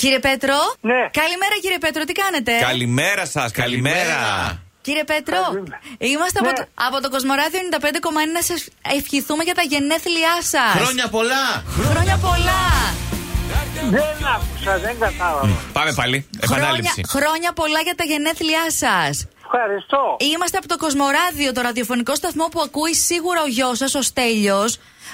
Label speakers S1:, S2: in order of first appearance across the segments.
S1: Κύριε Πέτρο.
S2: Ναι.
S1: Καλημέρα, κύριε Πέτρο, τι κάνετε. ε?
S3: Καλημέρα σας, καλημέρα.
S1: Κύριε Πέτρο,
S2: Καλημέρα.
S1: είμαστε
S2: Ναι.
S1: από, το, από το Κοσμοράδιο 95,1 να σας ευχηθούμε για τα γενέθλιά σας.
S4: Χρόνια πολλά!
S1: Χρόνια πολλά.
S2: Δεν άκουσα, δεν κατάλαβα.
S3: Πάμε πάλι.
S1: Χρόνια,
S3: Επανάληψη.
S1: χρόνια πολλά για τα γενέθλιά σας.
S2: Ευχαριστώ.
S1: Είμαστε από το Κοσμοράδιο, το ραδιοφωνικό σταθμό που ακούει σίγουρα ο γιος σας, ο Στέλιος,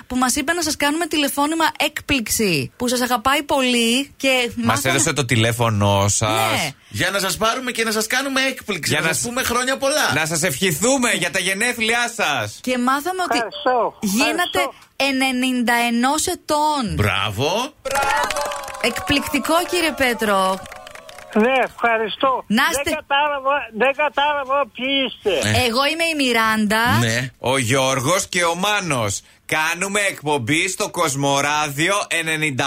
S1: που μας είπε να σας κάνουμε τηλεφώνημα έκπληξη. Που σας αγαπάει πολύ και.
S3: Μα
S1: μάθαμε-
S3: έδωσε το τηλέφωνό σας.
S1: Ναι.
S4: Για να σας πάρουμε και να σας κάνουμε έκπληξη.
S3: Για
S4: Για να
S3: να
S4: σας
S3: σ-
S4: πούμε χρόνια πολλά.
S3: Να σας ευχηθούμε για τα γενέθλιά σας.
S1: Και μάθαμε ότι
S2: Ευχαριστώ.
S1: γίνατε
S2: Ευχαριστώ.
S1: 91 ετών.
S4: Μπράβο!
S1: Εκπληκτικό κύριε Πέτρο.
S2: Ναι, ευχαριστώ.
S1: Να είστε- Ε,
S2: Δεν κατάλαβα, δεν κατάλαβα ποιοι είστε.
S1: Εγώ είμαι η Μιράντα.
S4: Ε. Ναι.
S3: Ο Γιώργος και ο Μάνος. Κάνουμε εκπομπή στο Κοσμοράδιο 95,1.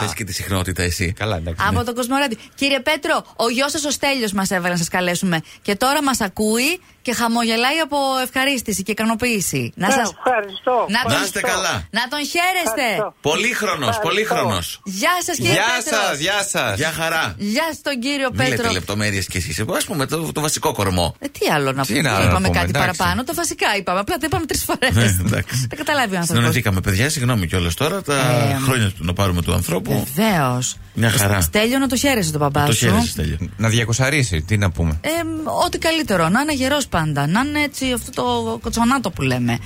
S4: Θε και τη συχνότητα εσύ.
S3: Καλά, εντάξει.
S4: ναι.
S3: ναι.
S1: Από το Κοσμοράδιο. Κύριε Πέτρο, ο γιος σας ο Στέλιος μας έβαλε να σας καλέσουμε. Και τώρα μας ακούει και χαμογελάει από ευχαρίστηση και ικανοποίηση. Να
S2: Ναι,
S1: σας-
S2: Ευχαριστώ.
S1: Να
S4: Να
S1: τον-
S4: είστε
S2: ευχαριστώ.
S4: καλά.
S1: Να τον χαίρεστε.
S2: Ευχαριστώ.
S4: Πολύχρονος,
S2: Ευχαριστώ.
S4: πολύχρονος.
S1: Γεια σας, κύριε
S3: Γεια
S1: Πέτρος.
S3: σας, γεια σας.
S4: Γεια χαρά.
S1: Γεια στον κύριο
S4: Μην λέτε
S1: Πέτρο.
S4: λεπτομέρειες κι εσείς. Ας πούμε το, το βασικό κορμό.
S1: Ε, τι άλλο να
S3: Τι
S1: πούμε.
S3: να
S1: δεν Είπαμε
S3: πούμε,
S1: κάτι
S3: εντάξει.
S1: παραπάνω. Τα βασικά είπαμε. Απλά τα είπαμε τρεις φορές.
S4: Ε, εντάξει.
S1: Ε, Τα καταλάβει ο άνθρωπος.
S4: Συνονεθήκαμε, παιδιά, συγγνώμη κιόλας τώρα. Τα
S1: Ε,
S4: χρόνια του να πάρουμε του ανθρώπου.
S1: Βεβαίως.
S4: Μια χαρά.
S1: Στέλιο να το χαίρεσαι τον παπά
S4: Το
S1: σου.
S4: χαίρεσαι, Στέλιο.
S3: Να διακοσαρίσει, τι να πούμε.
S1: Ε, μ, ό,τι καλύτερο. Να είναι γερός πάντα. Να είναι έτσι αυτό το κοτσονάτο που λέμε.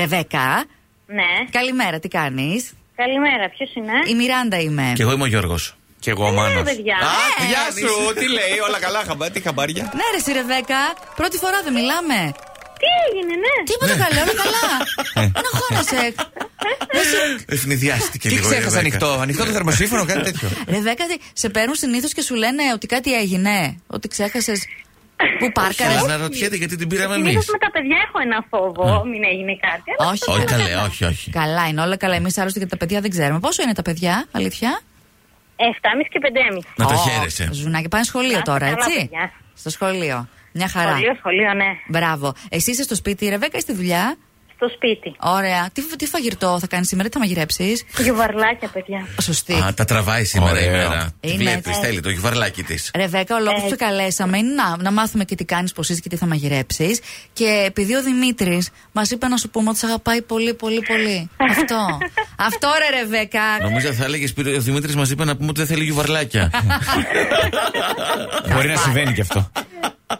S1: Ρεβέκα,
S5: Ναι.
S1: καλημέρα, τι κάνεις.
S5: Καλημέρα, ποιος είναι?
S1: Η Μιράντα είμαι.
S4: Κι Ε? εγώ είμαι ο Γιώργος.
S3: Κι εγώ ο Μάνο.
S5: Καλημέρα, παιδιά.
S4: Α,
S1: Ε,
S4: γεια
S3: Γεια σου, τι λέει, όλα καλά, χαμπά, τι χαμπάρια.
S1: Ναι, ρε, εσύ, Ρεβέκα, πρώτη φορά δεν μιλάμε.
S5: Τι έγινε, ναι.
S1: Τίποτα καλό, όλα καλά.
S3: Ε.
S1: Να χώρασε.
S4: Ε.
S1: Δεν Ε, σε-
S4: Ευνηδιάστηκε
S3: Τι
S4: λίγο. η
S3: ξέχασα
S4: Ρεβέκα.
S3: ανοιχτό, ανοιχτό το θερμοσύμφωνο, κάτι τέτοιο.
S1: Ρεβέκα, τι- σε παίρνουν συνήθως και σου λένε ότι κάτι έγινε. Ότι ξέχασες. Πού πάρκαρες.
S4: Καλά, Να ρωτιέται γιατί την
S1: Ε,
S4: πήραμε εμεί.
S5: Συνήθω με τα παιδιά έχω ένα φόβο, μην έγινε κάτι. αλλά
S1: Όχι.
S4: Όχι, καλέ, όχι, όχι.
S1: Καλά είναι όλα καλά. Εμείς άλλωστε και τα παιδιά δεν ξέρουμε. Πόσο είναι τα παιδιά, αλήθεια.
S5: 7,5 και 5,5.
S4: Να το
S1: Ω,
S4: χαίρεσαι.
S1: Ζουνάκι, πάνε σχολείο
S5: Καλά,
S1: τώρα,
S5: καλά,
S1: έτσι.
S5: παιδιά.
S1: Στο σχολείο. Μια χαρά.
S5: Σχολείο, σχολείο, ναι.
S1: Μπράβο. Εσύ είσαι στο σπίτι, η Ρεβέκα, είσαι στη δουλειά.
S5: Στο σπίτι.
S1: Ωραία. Τι, τι φαγητό θα κάνεις σήμερα, τι θα μαγειρέψεις.
S5: Γιουβαρλάκια, παιδιά.
S1: Σωστή.
S4: Α, τα τραβάει σήμερα η
S3: Ωραίο.
S4: μέρα. Τη
S1: Είναι,
S4: βλέπει,
S1: ε.
S4: θέλει το γιουβαρλάκι της.
S1: Ρεβέκα, ο λόγο
S5: Ε,
S1: που σε καλέσαμε είναι να, να μάθουμε και τι κάνεις, πώς είσαι και τι θα μαγειρέψεις. Και επειδή ο Δημήτρης μας είπε να σου πούμε ότι σε αγαπάει πολύ, πολύ, πολύ. Αυτό. Αυτό, ρε, Ρεβέκα.
S4: Νομίζω θα έλεγες Σπύρο, ο Δημήτρης μας είπε να πούμε ότι δεν θέλει γιουβαρλάκια.
S3: Μπορεί να συμβαίνει και αυτό.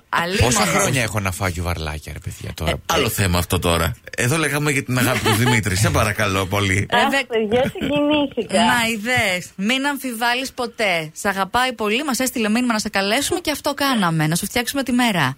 S1: Αλίμονο.
S3: Πόσα χρόνια έχω να φάγει βαρλάκια, ρε παιδιά τώρα.
S4: Άλλο θέμα αυτό τώρα. Εδώ λέγαμε για την αγάπη του Δημήτρη. Σε παρακαλώ πολύ.
S1: Ε,
S5: Αχ,
S1: δε-
S5: παιδιά, συγκινήθηκα.
S1: Να είδε. Μην αμφιβάλλεις ποτέ. Σε αγαπάει πολύ. Μας έστειλε μήνυμα να σε καλέσουμε και αυτό κάναμε. Να σου φτιάξουμε τη μέρα.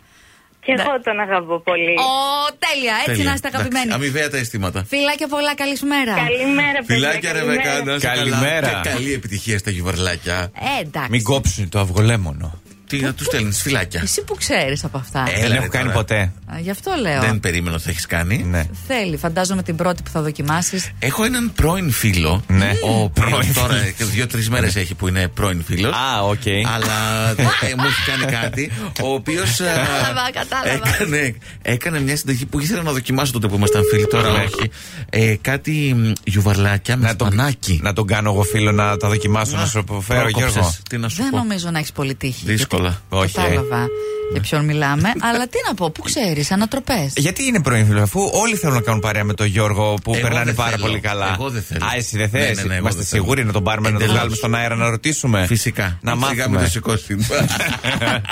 S5: Και εγώ τον αγαπώ πολύ.
S1: Ω, τέλεια. Έτσι
S4: Ε. Τέλεια.
S1: να είστε
S4: Εντάξει,
S1: αγαπημένοι.
S4: Αμοιβαία τα αισθήματα.
S1: Φιλάκια πολλά. Καλησπέρα. Ε,
S5: Καλημέρα, παιδιά.
S4: Φιλάκια, ρε
S5: καλημέρα.
S4: Βεκάνα.
S3: Καλημέρα.
S4: Και καλή επιτυχία στα γιουβαρλάκια.
S1: Ε, εντάξει.
S3: Μην κόψουν το αυγολέμονο.
S4: Τι να τους στέλνεις, φυλάκια.
S1: Εσύ που ξέρεις από αυτά.
S4: Ε,
S3: Δεν
S4: Έλα,
S3: έχω
S4: ρε,
S3: κάνει
S4: τώρα.
S3: ποτέ.
S1: Α, Γι' αυτό λέω.
S4: Δεν περίμενα ότι θα έχεις κάνει.
S3: Ναι.
S1: Θέλει, φαντάζομαι την πρώτη που θα δοκιμάσεις.
S4: Έχω έναν πρώην φίλο.
S3: Ναι.
S4: Ο οποίο
S3: Πρώην
S4: τώρα
S3: φίλος. Ναι.
S4: δύο-τρει μέρες έχει που είναι πρώην φίλος.
S3: Α, οκ.
S4: Αλλά ε, μου έχει κάνει κάτι. Ο οποίος.
S1: Κατάλαβα, κατάλαβα.
S4: Έκανε, έκανε μια συνταγή που ήθελα να δοκιμάσω τότε που ήμασταν φίλοι, τώρα
S3: Ναι.
S4: όχι. Ε, κάτι μ, γιουβαρλάκια με
S3: Να τον,
S4: σπανάκι.
S3: να τον κάνω εγώ φίλο να τα δοκιμάσω να σου προφέρω,
S4: Πρόκοψες.
S3: Γιώργο.
S4: Τι να σου
S1: Δεν
S4: πω. ε.
S1: νομίζω να έχεις πολύ τύχη.
S4: Δύσκολα.
S3: Όχι.
S1: Κατάλαβα
S4: Ναι.
S1: για ποιον μιλάμε. Αλλά τι να πω, πού ξέρεις, ανατροπές.
S3: Γιατί είναι πρώην φίλο, αφού όλοι θέλουν να κάνουν παρέα με τον Γιώργο που
S4: Εγώ
S3: περνάνε
S4: δεν
S3: πάρα
S4: θέλω.
S3: πολύ καλά.
S4: Εγώ δεν θέλω.
S3: Α, εσύ δεν θε.
S4: Ναι, ναι, ναι, εγώ
S3: Είμαστε
S4: δεν θέλω.
S3: σίγουροι να τον πάρουμε, να τον
S4: Εντελώς.
S3: βγάλουμε στον αέρα να ρωτήσουμε.
S4: Φυσικά.
S3: Να
S4: Φυσικά με το
S3: μάθουμε.
S4: σηκώσει.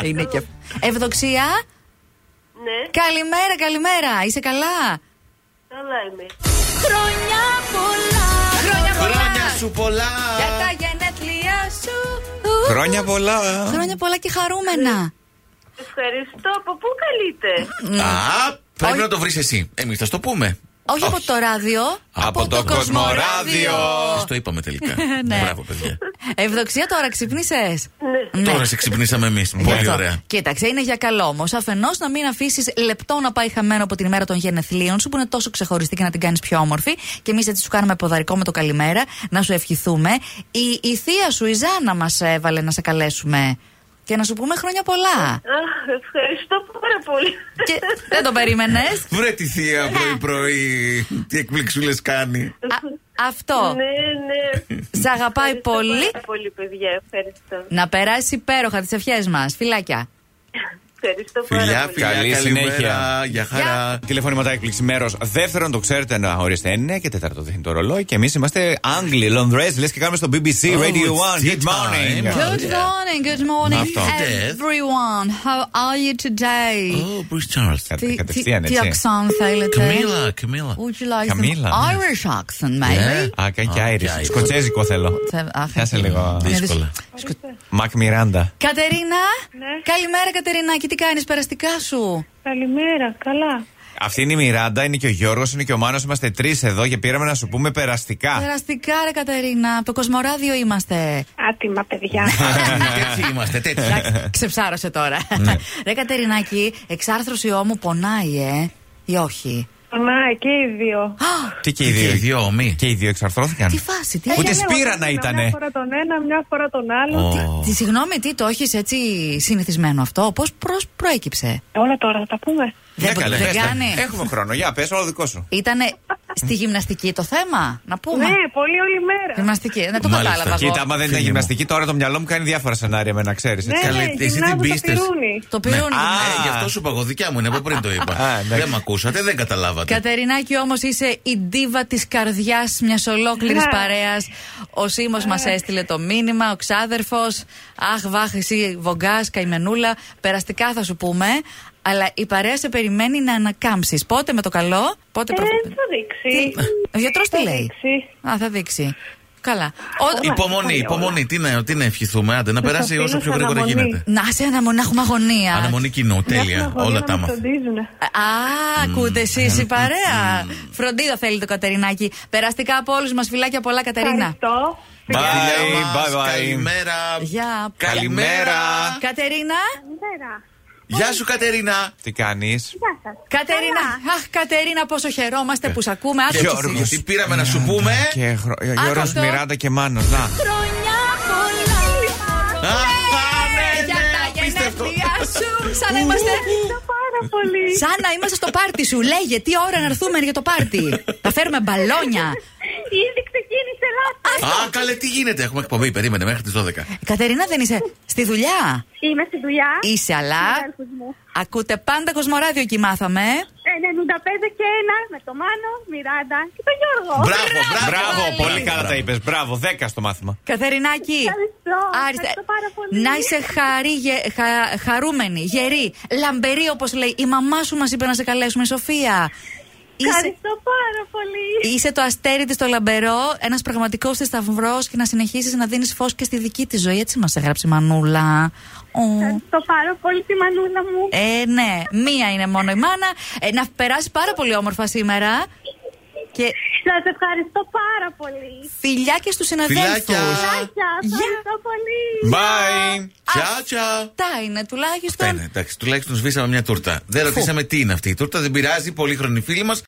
S1: Είναι και. Ευδοξία.
S6: Ναι.
S1: Καλημέρα, καλημέρα. Είσαι καλά.
S6: Καλά είμαι.
S1: Χρόνια πολλά. Χρόνια πολλά.
S4: Χρόνια σου πολλά.
S1: Για τα γενέθλιά σου.
S3: Χρόνια πολλά.
S1: Χρόνια πολλά και χαρούμενα.
S6: Ευχαριστώ. Από πού καλείτε.
S4: Α, πρέπει
S1: Όχι.
S4: να το βρεις εσύ. Εμείς θα στο πούμε.
S1: Όχι από το ράδιο.
S3: Από το Κοσμοράδιο.
S4: Σας το είπαμε τελικά.
S1: Ναι.
S4: Μπράβο, παιδιά.
S1: Ευδοξία τώρα, ξυπνήσες.
S6: Ναι.
S1: Ναι.
S4: Τώρα σε ξυπνήσαμε εμείς. Πολύ ωραία.
S1: Κοίταξε, είναι για καλό όμως. Αφενός, να μην αφήσεις λεπτό να πάει χαμένο από την ημέρα των γενεθλίων σου, που είναι τόσο ξεχωριστή και να την κάνεις πιο όμορφη. Και εμείς έτσι σου κάνουμε ποδαρικό με το καλημέρα, να σου ευχηθούμε. Η, η θεία σου, η Ζάνα, μας έβαλε να σε καλέσουμε. Και να σου πούμε χρόνια πολλά.
S6: Αχ, Ευχαριστώ πάρα πολύ.
S1: Και δεν το περίμενες.
S4: Βρε τη θεία πρωί-πρωί. Τι εκπληξούλες κάνει.
S1: Αυτό.
S6: Ναι, ναι.
S1: Σ' αγαπάει
S6: Ευχαριστώ
S1: πολύ. Ναι.
S6: πάρα πολύ, παιδιά. Ευχαριστώ.
S1: Να περάσει υπέροχα τις ευχές μας. Φιλάκια.
S6: Ευχαριστώ πάρα
S4: Φιλιά,
S6: πολύ.
S4: φιλιά,
S3: Καλή συνέχεια.
S4: συνέχεια. Για χαρά.
S3: Τηλεφώνηματά έκπληξη μέρο. Δεύτερον, το ξέρετε να ορίστε 9 και 4 δείχνει το ρολόι. Και εμείς είμαστε Άγγλοι, Λονδρέ, λες και κάνουμε στο BBC Radio 1.
S4: Oh, it's
S3: Good
S4: tea time.
S3: morning.
S1: Good morning, good morning
S4: Αυτό.
S1: everyone. How are you today?
S4: Ω, Bruce Charles.
S1: Τι-
S3: κατευθείαν,
S1: τι- Τι
S3: έτσι.
S1: αξάν θέλετε.
S4: Καμίλα, Καμίλα.
S1: Would you like
S3: Καμίλα,
S1: some
S3: ναι.
S1: Irish accent, maybe?
S3: Α, κάνει και
S4: Α, και
S3: Άιρι.
S4: Irish.
S3: Σκοτσέζικο θέλω.
S1: Θε- α,
S3: Πιάσε
S1: θέλει.
S3: λίγο.
S1: Ναι,
S4: Δύσκολα.
S1: δεις- σκο-
S3: Μακ Μιράντα.
S1: Κατερίνα,
S5: Ναι.
S1: καλημέρα Κατερινάκη, τι κάνεις περαστικά σου.
S5: Καλημέρα, καλά.
S3: Αυτή είναι η Μιράντα, είναι και ο Γιώργος, είναι και ο Μάνος. Είμαστε τρεις εδώ και πήραμε να σου πούμε περαστικά.
S1: Περαστικά ρε Κατερίνα, από το Κοσμοράδιο είμαστε.
S5: Άτιμα, παιδιά.
S4: Τέτοιοι είμαστε,
S3: Ε.
S4: τέτοιοι.
S1: Εντάξει, Ξεψάρωσε τώρα.
S3: Ναι.
S1: Ρε Κατερινάκη, εξάρθρωση όμου πονάει ε, ή όχι.
S5: Να, και οι δύο.
S1: Α,
S3: Τι και
S4: Και
S3: οι
S4: οι
S3: δύο.
S4: δύο ομοί.
S3: Και οι δύο εξαρθρώθηκαν.
S1: Τι φάση, τι
S3: Ε, Ούτε
S1: έγινε.
S3: σπήρα να
S5: Μια
S3: ήτανε.
S5: φορά τον ένα, μια φορά τον άλλο.
S4: Ω.
S1: Τι, συγγνώμη, τι το έχεις έτσι συνηθισμένο αυτό, πώς προέκυψε.
S5: Όλα τώρα θα τα πούμε.
S3: Ναι,
S1: Δεν-
S3: καλέ,
S1: δεν
S3: πες τα.
S1: κάνεις.
S3: Έχουμε χρόνο. Για πες, όλο δικό σου.
S1: Ήτανε στη γυμναστική το θέμα, να πούμε.
S5: Ναι, πολύ όλη μέρα.
S1: Γυμναστική, δεν το
S4: Μάλιστα.
S1: κατάλαβα
S3: Κοίτα,
S1: εγώ.
S3: άμα δεν
S4: Φίλοι
S3: είναι
S4: μου.
S3: γυμναστική, τώρα το μυαλό μου κάνει διάφορα σενάρια με να ξέρεις.
S5: Ναι,
S4: Καλέ,
S5: ναι,
S4: εσύ την
S5: γυμνάζω το
S4: πίστες.
S5: πυρούνι.
S1: Το πυρούνι.
S4: Ναι.
S1: γυμναστική.
S4: Ε, γι' αυτό σου είπα εγώ δικιά μου είναι από πριν το
S3: Α,
S4: είπα.
S3: εντάξει.
S4: δεν με ακούσατε, δεν καταλάβατε.
S1: Κατερινάκη όμως είσαι η ντίβα της καρδιάς μιας ολόκληρης
S5: Ναι.
S1: παρέας. Ο Σίμω μα έστειλε το μήνυμα, ο ξάδερφος. Αχ, βάχ, εσύ βογκάς, καημενούλα. Περαστικά θα σου πούμε. Αλλά η παρέα σε περιμένει να ανακάμψεις. Πότε με το καλό, πότε
S5: Ε,
S1: προ-
S5: θα δείξει.
S1: Ο γιατρός τι
S5: Θα
S1: λέει.
S5: δείξει.
S1: Α, θα δείξει. Καλά. Ο-
S4: Υπομονή,
S5: Όλα.
S4: υπομονή. Τι να, τι να ευχηθούμε, άντε να
S5: Τους
S4: περάσει όσο πιο
S5: αφήνω
S4: γρήγορα
S5: αναμονή.
S4: γίνεται.
S1: Να σε αναμονή, να έχουμε αγωνία.
S4: Αναμονή κοινού, τέλεια.
S5: Έχουμε
S4: Όλα
S5: γονεί
S4: τα
S5: να μας
S4: άμαθα.
S5: φροντίζουνε.
S1: Α, ακούτε εσείς η παρέα. Φροντίδα θέλετε, Κατερινάκη. Περαστικά από όλους μας, φιλάκια πολλά, Κατερίνα.
S5: Ευχαριστώ.
S3: Bye,
S4: Φιλιά
S3: bye,
S4: μας,
S3: bye.
S4: Καλημέρα.
S1: Γεια.
S4: Καλημέρα.
S1: Κατερίνα,
S5: Καλημέρα.
S4: Γεια σου, Κατερίνα.
S3: Τι κάνεις.
S5: Γεια σας.
S1: Κατερίνα, αχ, Κατερίνα, πόσο χαιρόμαστε που σ' ακούμε. Άκουσε
S3: Γιώργο.
S1: εσύ.
S4: Τι πήραμε να σου πούμε.
S1: Ναι,
S3: Και
S4: ε?
S3: Γιώργος
S1: αυτό.
S3: Μιράντα και Μάνος. Να.
S1: Χρόνια πολλά.
S4: Α,
S1: Ε,
S4: ναι,
S1: ναι, Για
S4: ναι,
S1: τα
S4: απίστευτο.
S1: γενέθλιά σου. Σαν να είμαστε.
S5: Ευχαριστώ πάρα πολύ.
S1: Σαν να είμαστε στο πάρτι σου. Λέγε τι ώρα να έρθουμε για το πάρτι. Θα φέρουμε μπαλόνια.
S5: Ήδη ξεκίνησε λάθος.
S4: Α, καλέ, τι γίνεται. Έχουμε εκπομπή, περίμενε μέχρι τις 12.
S1: Κατερίνα, δεν είσαι στη δουλειά.
S5: Είμαι στη δουλειά.
S1: Είσαι, αλλά.
S5: Συναδέλφους μου.
S1: Ακούτε πάντα κοσμοράδιο εκεί μάθαμε. ε.
S5: 95 και 1 με το Μάνο, Μιράντα και τον Γιώργο.
S4: Μπράβο, μπράβο.
S3: Μπράβο, πολύ καλά τα
S4: Μπράβο.
S3: είπε. Μπράβο, 10 στο μάθημα.
S1: Κατερινάκη.
S5: Ευχαριστώ.
S1: Άριστα.
S5: Ευχαριστώ πάρα πολύ.
S1: Να είσαι χαρή, γε- χα- χαρούμενη, γερή, λαμπερή όπως λέει. Η μαμά σου μας είπε να σε καλέσουμε, Σοφία. Είσαι,
S5: Ευχαριστώ πάρα πολύ.
S1: είσαι το αστέρι της, το λαμπερό, ένας πραγματικός της σταυρός και να συνεχίσεις να δίνεις φως και στη δική της ζωή. Έτσι μας έγραψε η Μανούλα. Ω.
S5: Ευχαριστώ πάρα πολύ τη μανούλα μου.
S1: Ε, ναι, μία είναι μόνο η μάνα. Ε, να περάσει πάρα πολύ όμορφα σήμερα. Και
S5: Σας ευχαριστώ πάρα πολύ.
S1: φιλιά και στους συναδέλφους.
S4: Φιλάκια.
S5: Γεια, ευχαριστώ πολύ.
S3: Bye.
S4: Τσιά, τσιά.
S1: Αυτά είναι τουλάχιστον.
S4: Αυτά είναι, εντάξει, τουλάχιστον σβήσαμε μια τούρτα. Δεν ρωτήσαμε τι είναι αυτή η τούρτα, δεν πειράζει, πολύχρονοι φίλοι μα